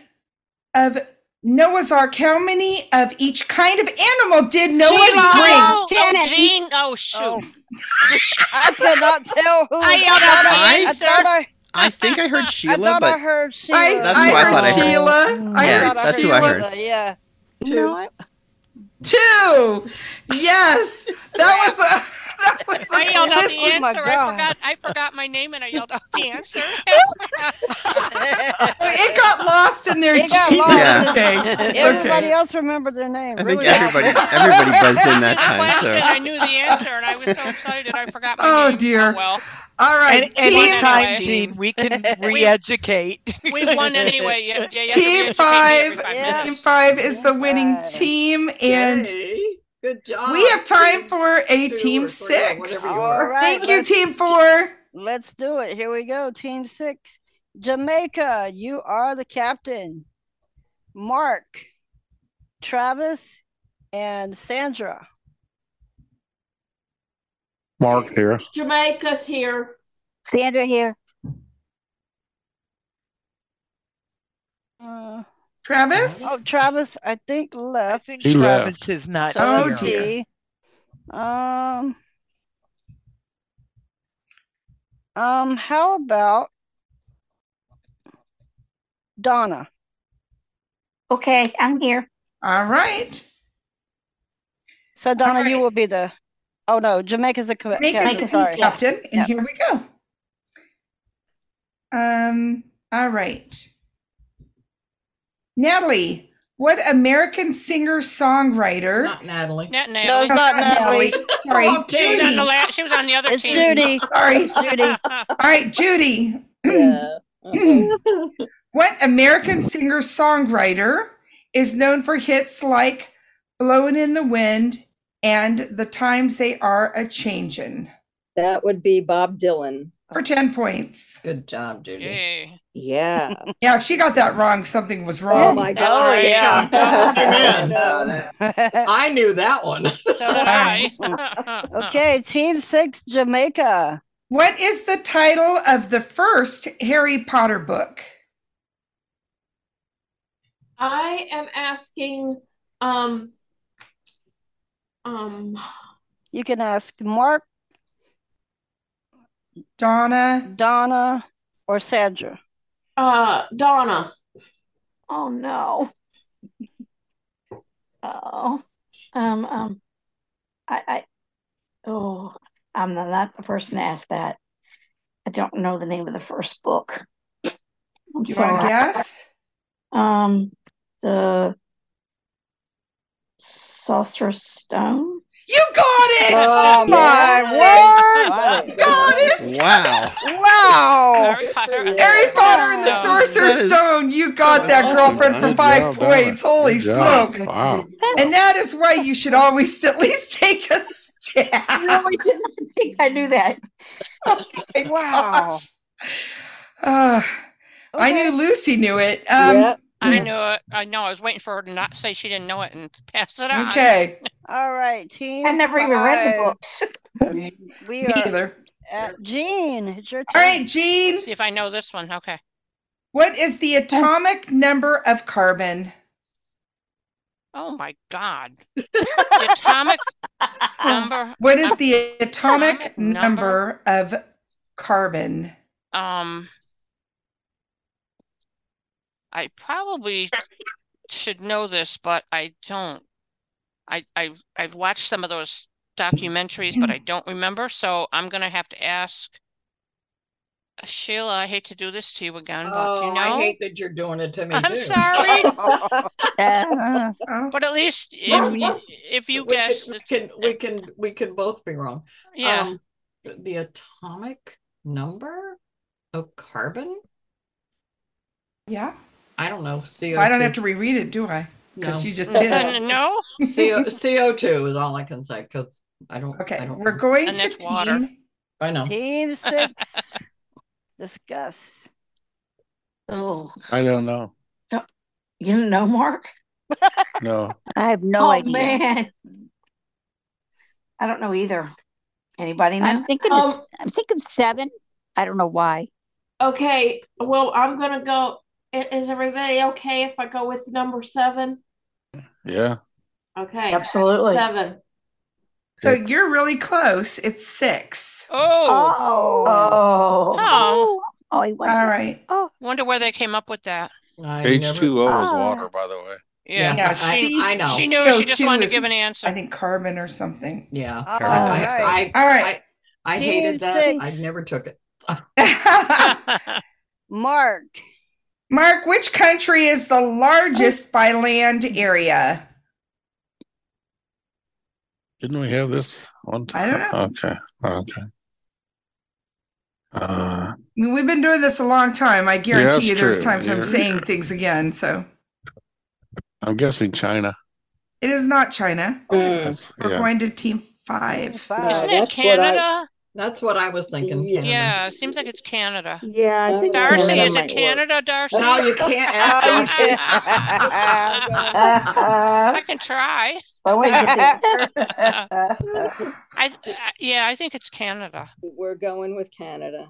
of Noah's Ark, how many of each kind of animal did Noah Oh, bring? oh, Jean. Oh, shoot. I cannot tell who. I don't have an I- I thought I, I think [laughs] I heard Sheila, thought but I heard uh, Sheila. that's who I, thought I heard. Sheila. I Yeah, heard that's who I Sheila. heard. uh, Yeah. No, I- Two. Yes, that was a. [laughs] That was a I yelled out the Oh my answer. I God. forgot. I forgot my name, and I yelled out the answer. It got lost in there. It got Jean. lost. Yeah. Okay, it's Everybody okay. else remembered their name. I think Really helped. everybody everybody buzzed [laughs] in that time. Question. I So knew the answer, and I was so excited. [laughs] I forgot my Oh name. dear. well, All right, And anytime, anyway. Gene, we [laughs] can re-educate. we won anyway. Yeah, yeah, you have to Team re-educate me every five. five Team minutes. five is the winning team, and Good job. we have time for a team six. Thank you, team four. Let's do it. Here we go. Team six. Jamaica, you are the captain. Mark, Travis, and Sandra. Mark here. Jamaica's here. Sandra here. Uh, Travis? Oh, Travis, I think left. I think He Travis left. is not Oh, So here. let's see. Um, um, how about Donna? Okay, I'm here. All right. So Donna, you will be the. Oh no, Jamaica's the co- Make us captain. Sorry. captain, and Yeah. here we go. Um. All right, Natalie. What American singer-songwriter? Not Natalie. Oh, Not Natalie. it's not Natalie. Sorry, She was, on the Judy. la- she was on the other It's team. [laughs] Judy. Sorry. Judy. All right, Judy. [clears throat] what American singer songwriter is known for hits like Blowing in the Wind and The Times They Are a Changin'? That would be Bob Dylan. For 10 points. Good job, Judy. Yeah. [laughs] Yeah, if she got that wrong, something was wrong. my That's God. right. Yeah. I knew that one. [laughs] okay, Team Six, Jamaica. What is the title of the first Harry Potter book? I am asking. Um. Um. You can ask Mark, Donna, Donna, or Sandra. Uh, Donna. Oh no. Oh, um, um, I, I, oh, I'm not, not the person to ask that. I don't know the name of the first book. I'm You sorry. want to guess? Um, the Sorcerer's Stone. You got it! Oh, my word! Got it! wow. Wow! Harry Potter, and the Sorcerer's That is- Stone. You got that girlfriend for Good five job, Donna. points. Holy Good job. smoke! Wow. And that is why you should always [laughs] at least [laughs] take a stab. Oh No, I didn't think I knew [laughs] that. [laughs] Oh wow. Ah, I knew Lucy knew it. Um, I Hmm. knew it. I know. I was waiting for her to not say she didn't know it and [laughs] pass it on. Okay. All right, Team. I [laughs] never even read the Five. books. We Me are either. at Jean. It's your All turn. right, Gene. See if I know this one. Okay. What is the atomic number of carbon? Oh my [laughs] God. The atomic number. What is the atomic number of carbon? Um, I probably should know this, but I don't. I I I've watched some of those documentaries, but I don't remember. So I'm going to have to ask Sheila. I hate to do this to you again, but do Oh, you know. I hate that [laughs] you're doing it to me. I'm too. [laughs] sorry. but at least if you, if you [laughs] we guess, can, we can we can we can both be wrong. Yeah. Um, the atomic number of carbon. Yeah. I don't know. So I don't have to reread it, do I? Because you just did. no. [laughs] CO two is all I can say because I don't. Okay, I don't we're going to team. team. I know. [laughs] Team six. Discuss. Oh, I don't know. you didn't know, Mark? No. I have no oh, idea. Man. I don't know either. Anybody know? I'm thinking Um, it's- I'm thinking seven. I don't know why. Okay, well, I'm gonna go. i- Is everybody okay if I go with number seven? Yeah. Okay, Absolutely. Seven. So you're really close. It's six. Oh. Oh. Oh. Oh. Oh, I All right. Oh. Wonder where they came up with that. H2O is Ah. water, by the way. Yeah. Yeah. I- C- I know. She knew. CO2 She just wanted to is, give an answer. I think carbon or something. Yeah. Oh, I- I- right. I, All right. I, Team hated that. I six. never took it. [laughs] Mark. Mark, which country is the largest by land area? Didn't we have this one time? I don't know. Okay. Okay. Uh, I mean, we've been doing this a long time. I guarantee Yeah, you it's there's true. times I'm Yeah. saying things again. So I'm guessing China. it is not China. That's- We're yeah. going to team five. Isn't Mm. it That's what I- Canada? Uh, That's what I was thinking. Yeah. Canada. it seems like it's Canada. Yeah, I think Darcy, Canada is might it work. Canada, Darcy? No, you [laughs] can't ask Oh, you us. can't. I can try. But wait, I, yeah, [laughs] I think it's Canada. We're going with Canada.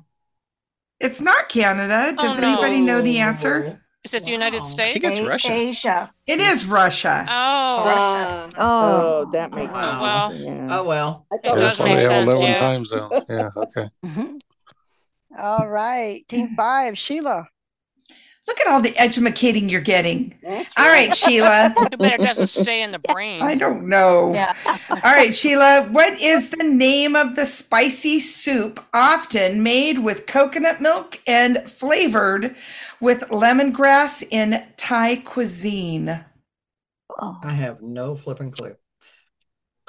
It's not Canada. Oh, Does no. anybody know the answer? Is it the United States? Asia. It is Russia. Oh. Russia. Oh, that makes Oh, well. Oh well. Yeah, that's why they have 11 time zones. Yeah. Okay. All right. Team five, Sheila. Look at all the edumacating you're getting. All [laughs] right, Sheila. Too bad it doesn't stay in the brain. I don't know. Yeah. [laughs] all right, Sheila. What is the name of the spicy soup often made with coconut milk and flavored with lemongrass in Thai cuisine? I have no flipping clue.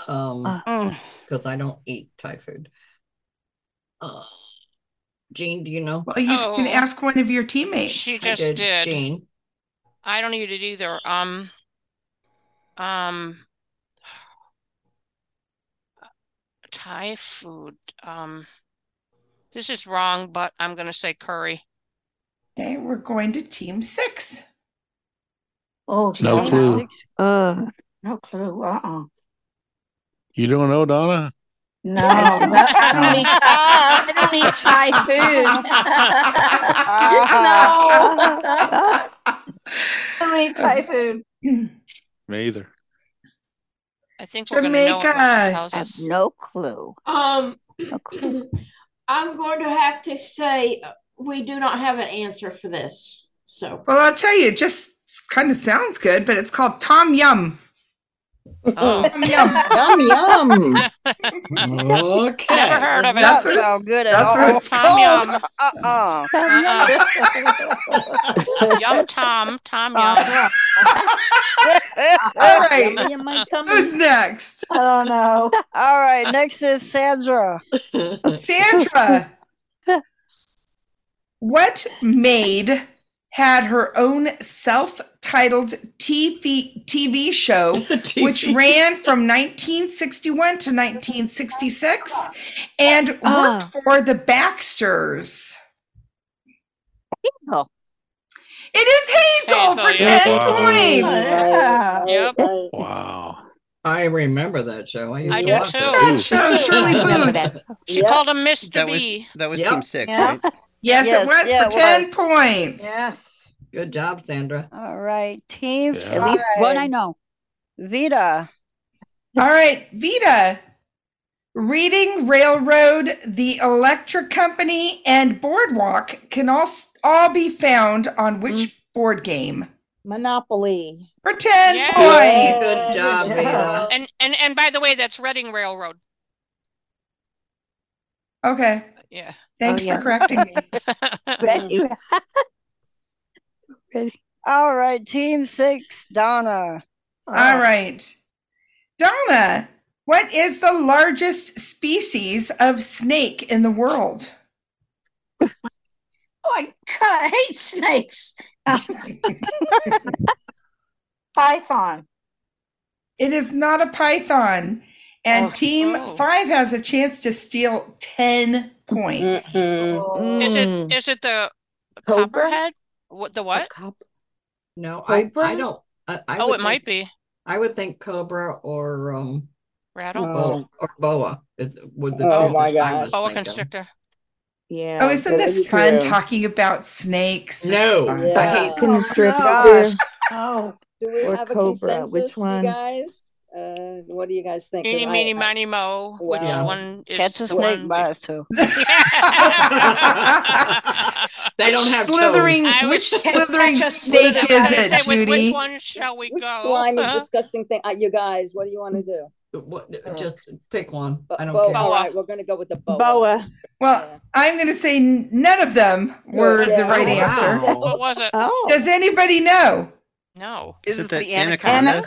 Um, Mm. because I don't eat Thai food. Uh, Jean, do you [laughs] [laughs] [laughs] know? Well, you can Oh. ask one of your teammates. She just did. Jean. I don't eat it either. Um, um, Thai food. Um, this is wrong, but I'm gonna say curry. Okay, we're going to team six. Oh, No Donna. clue. Uh, no clue. Uh-uh. You don't know, Donna? No, I don't eat Thai. I don't eat Thai food. no, I don't eat Thai food. Me either. I think we're gonna know it once she Jamaica. tells I have us. no clue. Um, [clears throat] I'm going to have to say uh, we do not have an answer for this. So, [laughs] Well, I'll tell you, it just kind of sounds good, but it's called Tom Yum. Oh. Tom Yum. Yum [laughs] yum. Okay. Never heard of it. That's Does what it's- not sound good at that's all. what it's called. Uh-uh. [laughs] Yum Tom, Tom Yum. All right. Who's next? I don't know. All right. Next is Sandra. Sandra. what maid had her own self-titled TV TV show which ran from 1961 to 1966 and worked Ah. for the Baxters? Hazel. It is Hazel, Oh, for 10 points. Yep. Wow. I remember that show. I, used I to do watch too. That [laughs] [laughs] show, Shirley Booth. She called him Mr. That was- B. that was Yep. team six, Yeah. right? Yes, Yes, it was yeah, for it 10 was. points. Yes. Good job, Sandra. All right. Team Yeah. At least one I five, know. Vita. All right, Vita. Reading Railroad, the Electric Company, and Boardwalk can all all be found on which board game? Monopoly. For ten Yeah. points. Good job, Vita. And and and by the way, that's Reading Railroad. Okay. Yeah. Oh, Thanks for correcting [laughs] me. Thank you. All right, team six, Donna. All Ah. right. Donna, what is the largest species of snake in the [laughs] world? Oh my god, I hate [laughs] snakes. Python. It is not a python. And Oh, team five has a chance to steal 10 points. Oh. Is it is it the copperhead? What the what? No, Oh, I, I Cobra? don't. I, I oh, would it might think- be I would think Cobra or um rattle. boa, or boa is- would the Oh two my that I gosh. was Boa thinking. constrictor. Yeah. Oh, isn't this fun talking about snakes? It's No. fun. Yeah. I hate Constrictor. gosh. Oh, do we Or have Cobra, a consensus, which one? you guys? Uh, what do you guys think? 'Cause Eeny, I- meeny, I- miny, mo. Which Well, one is catch the a snake one by we- its toe. They don't have slithering. toes. I would Which say- slithering That's a snake slither- is I would it, say with- Judy? which one Shall we Which go? slimy, Huh? disgusting thing? Uh, you guys, what do you want to do? What, just pick one. Bo- I don't boa. care. All right, we're going to go with the boa. Well, I'm going to say n- none of them were Yeah. the right Oh, answer. wow. What was it? Oh. Does anybody know? No. Is it the Anaconda?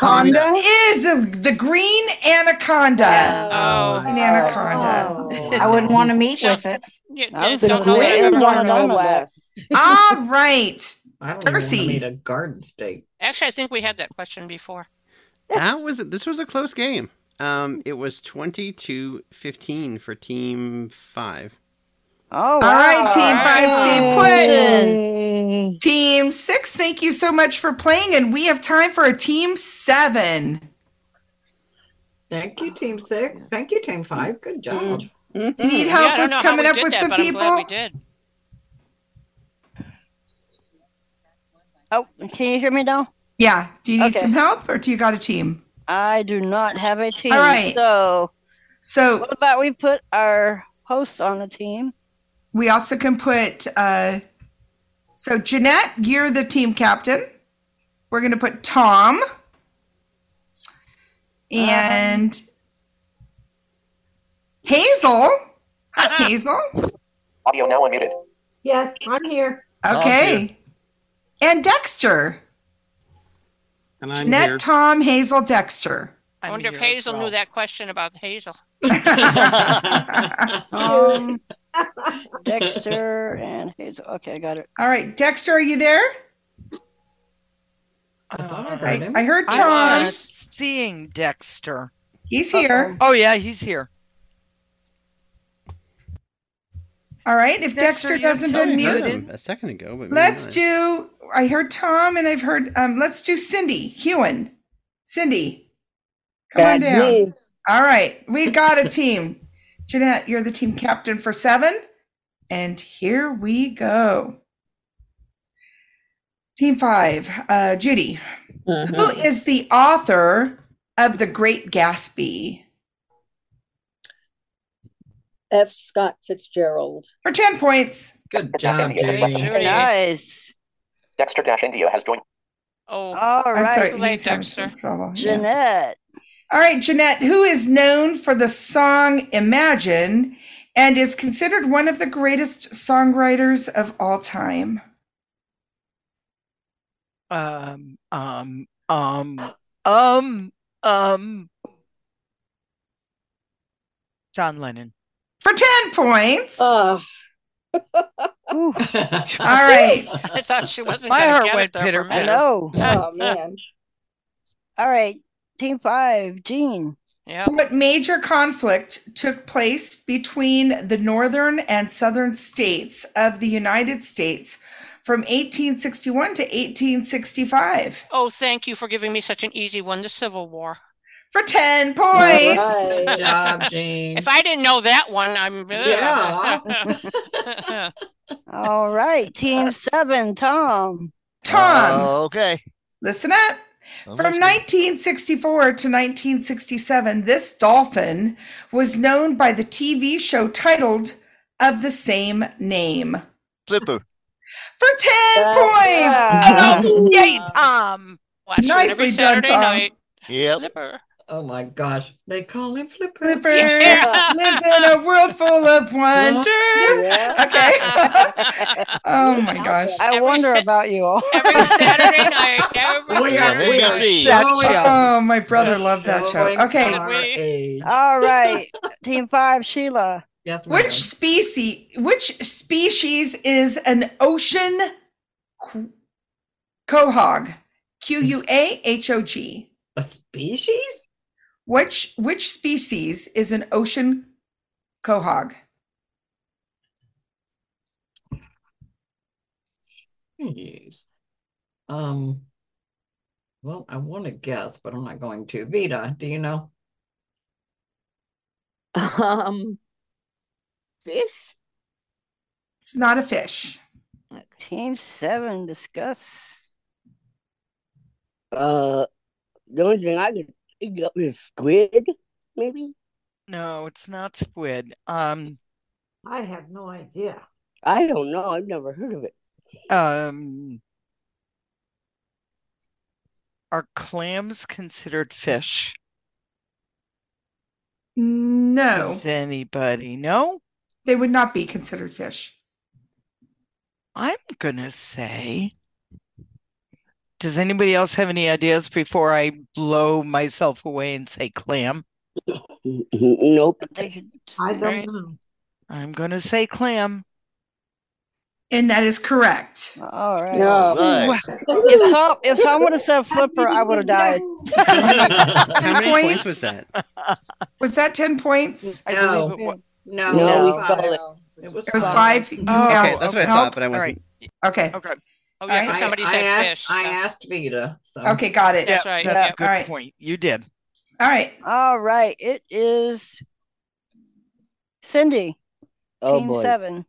Is the, the green anaconda. Oh. Green anaconda. Oh. I wouldn't want to meet with it. [laughs] I was gonna say, I don't wanna know that. All right. I don't even want to meet a garden snake. Actually, I think we had that question before. That was this was a close game. Um, it was 20 to 15 for team 5. Oh, All right, Team Five, stay put. Team Six, thank you so much for playing, and we have time for a Team Seven. Thank you, Team Six. Thank you, Team Five. Good job. Need Mm-hmm. Yeah, I help don't with know how coming we up did with that, some but I'm glad we people? did. Oh, can you hear me now? Yeah. Do you need Okay. some help, or do you got a team? I do not have a team. right. So, so what about we put our hosts on the team? We also can put. Uh, so Jeanette, you're the team captain. We're going to put Tom. And Hazel. Uh-huh. Hi, Hazel. Audio now unmuted. Yes, I'm here. Okay. And Dexter. And Jeanette, Tom, [laughs] Hazel, Dexter. [laughs] I wonder if Hazel knew that question about Hazel. [laughs] [laughs] Um, Dexter and Hazel. Okay, I got it. All right, Dexter, are you there? Uh, I, I heard Tom. I was seeing Dexter. He's here. Oh yeah, he's here. All right, if Dexter, Dexter, you doesn't Someone heard unmute, him a second ago, but maybe let's not. do. I heard Tom, and I've heard. Um, let's do Cindy Hewen. Cindy, come on That's down. me. All right, we got a [laughs] team. Jeanette, you're the team captain for seven, and here we go. Team five, uh, Judy. Mm-hmm. Who is the author of The Great Gatsby? F. Scott Fitzgerald. For 10 points. Good job, Judy. Judy. Nice. Dexter Dash India has joined. Oh, all right. sorry, Late he's having some [laughs] trouble. yeah. Jeanette. All right, Jeanette, who is known for the song Imagine and is considered one of the greatest songwriters of all time? Um, um, um, um, um. John Lennon. For 10 points. [laughs] All right. [laughs] I thought she wasn't. My gonna heart get it went there for a pitter minute. patter. I know. Oh man. All right, team five, Jean. Yeah. What major conflict took place between the northern and southern states of the United States from 1861 to 1865? Oh, thank you for giving me such an easy one. The Civil War. For 10 points. Good job, Jean. If I didn't know that one, I'm. Yeah. All right, team seven, Tom. [laughs] Tom. okay. Listen up. I'm From 1964 to 1967, this dolphin was known by the TV show titled of the same name. Flipper. For 10 points. [laughs] Yay, Tom! Oh, Nicely done, Tom. Yep. Oh my gosh. They call him Flipper. Flipper lives in a world full [laughs] of wonder. [laughs] Okay. [laughs] oh my gosh. I wonder about you all. [laughs] We are- we are such young. Oh, my brother loved that show. Okay. All right. Team five, Sheila. Yes, Which species? Which species is an ocean qu- quahog? Q U A H O G. A species? Which which species is an ocean quahog? Jeez. Um, well, I want to guess, but I'm not going to. Vita, do you know? Um, Fish. It's not a fish. Team seven, discuss. Uh, the only thing I could think of is squid, maybe. No, it's not squid. Um, I have no idea. I don't know. I've never heard of it. um, are clams considered fish? No. Does anybody know? They would not be considered fish. I'm gonna say. Does anybody else have any ideas before I blow myself away and say clam? Nope. I don't know. I'm gonna say clam. And that is correct. All right. All Wow. right. If Tom, if Tom would [laughs] have said flipper, I would have died. [laughs] How many points was that? Was that 10 points? I believe No. it was. No, No, we five. call it- It was was five. five. You Okay, Oh, asked that's for what I help? thought, but I All right. Okay. Okay. Oh, All yeah, 'cause right. somebody I said asked, fish. I so- asked Vita. So. Okay, got it. That's right. That's Yeah. a good All right. point. You did. All right. All right. It is Cindy. Oh, team boy. seven.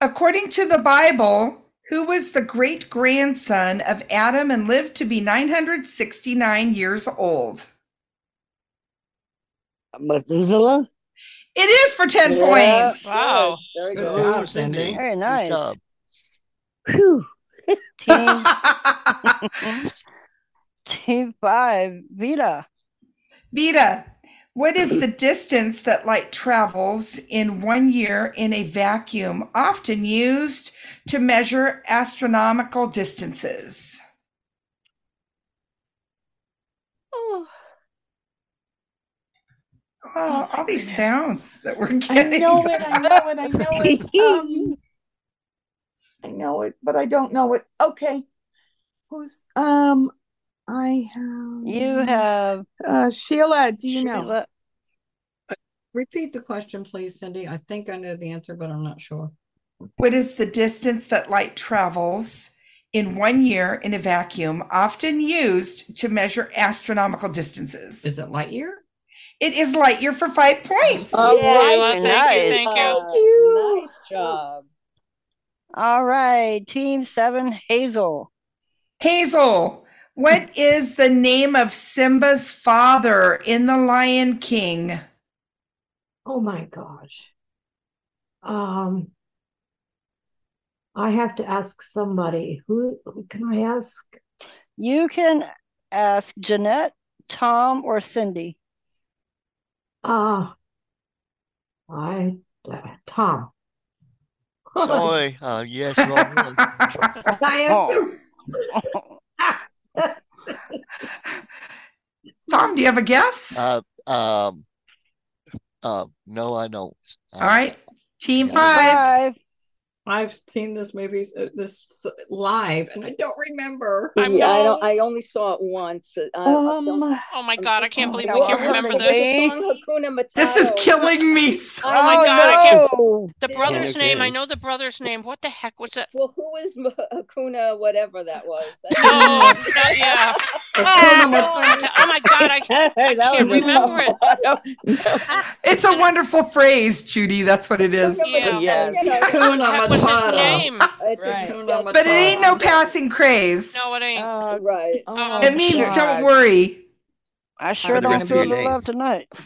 According to the Bible, who was the great grandson of Adam and lived to be 969 years old? Methuselah? It is for 10 Yeah, points. good. Wow. Very Good good. job, Cindy. Very Good nice. job. Team Team five, Vita. Vita, what is the distance that light travels in one year in a vacuum, often used to measure astronomical distances? Oh, all these sounds that we're getting. I know it. I know it. I know it. [laughs] Um, I know it, but I don't know it. Uh, Okay. Who's um? I have You have uh, Sheila. Do you know? Sheila. Uh, Repeat the question, please, Cindy. I think I know the answer, but I'm not sure. What is the distance that light travels in one year in a vacuum, often used to measure astronomical distances? Is it light year? It is light year for five points. Oh, All right, nice. you. Nice job. All right, team seven, Hazel. Hazel, what is the name of Simba's father in The Lion King? Oh my gosh. Um, I have to ask somebody. Who who can I ask? You can ask Jeanette, Tom, or Cindy. Uh, I uh, Tom. [laughs] [laughs] Sorry. Uh, yes, wrong one. Oh. Diane. [laughs] [laughs] Tom, do you have a guess? Uh, um, uh, no, I don't. All right, team Yeah. five. I've seen this movie, uh, this s- live, and I don't remember. Yeah, I don't. I I only saw it once. Uh, I- I don't- Um, Oh my God, I can't believe Yeah, we what can't was remember it? There's this. a song, Hakuna Matata. This is killing me. Oh my God, I can't. no. The brother's okay. name, I know the brother's name. What the heck was that? Well, who is M- Hakuna? Whatever that was. That's- No, no, yeah. Oh my God, [laughs] I, I That can't was a tough remember it. [laughs] It's a wonderful phrase, Judy. That's what it is. Yeah. Yes. Hakuna That was his Matata. [laughs] name. Hakuna But it ain't no Matata. passing craze. No, it ain't. Uh, right. Oh, Oh, it means don't worry. I For sure the don't rest of feel your the days. [laughs] love tonight. [laughs]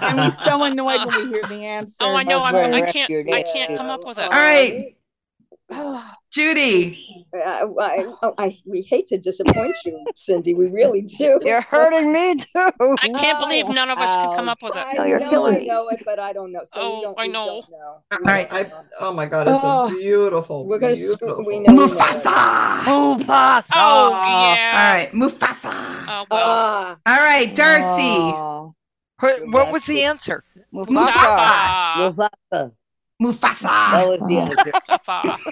And we're [sighs] so annoyed when we hear the answer. Oh, I know. I'm, Right, I right, can't. you're I dead. can't come up with it. All right. Judy. I, I, oh, I, we hate to disappoint you, Cindy. We really do. [laughs] You're hurting me too. I can't believe none of us could come up with it. I No, you're know killing I me. know it, but I don't know. So we Oh, don't, I we know. don't know. All right. I, oh my God, it's Oh, a beautiful. We're gonna beautiful- screw. We know. Mufasa. Mufasa. Oh, yeah. All right, Mufasa. Oh, well. All right, Darcy. Oh. What, what was the answer? Mufasa. Mufasa. Mufasa. That was the answer.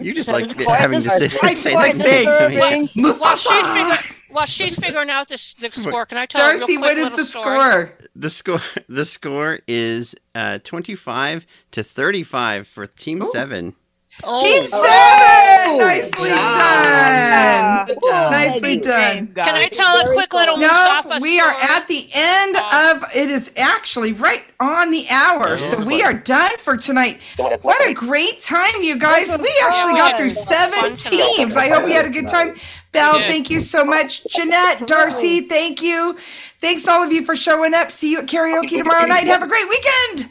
You just That like is to be- quite having to say, dis- quite say that disturbing. name to me. While she's, figure- while she's figuring out this, the score, can I tell you a Darcy, real what quick is little the story? score? The score. [laughs] The score is uh, twenty-five to thirty-five for Team Seven. Oh. Team seven. Oh. Nicely done. Good job. Nicely done. Can I tell a quick little No, Mustafa we are at the end of it is actually right on the hour. So we are done for tonight. What a great time, you guys. We actually got through seven teams. I hope you had a good time. Belle, thank you so much. Jeanette, Darcy, thank you. Thanks all of you for showing up. See you at karaoke tomorrow night. Have a great weekend.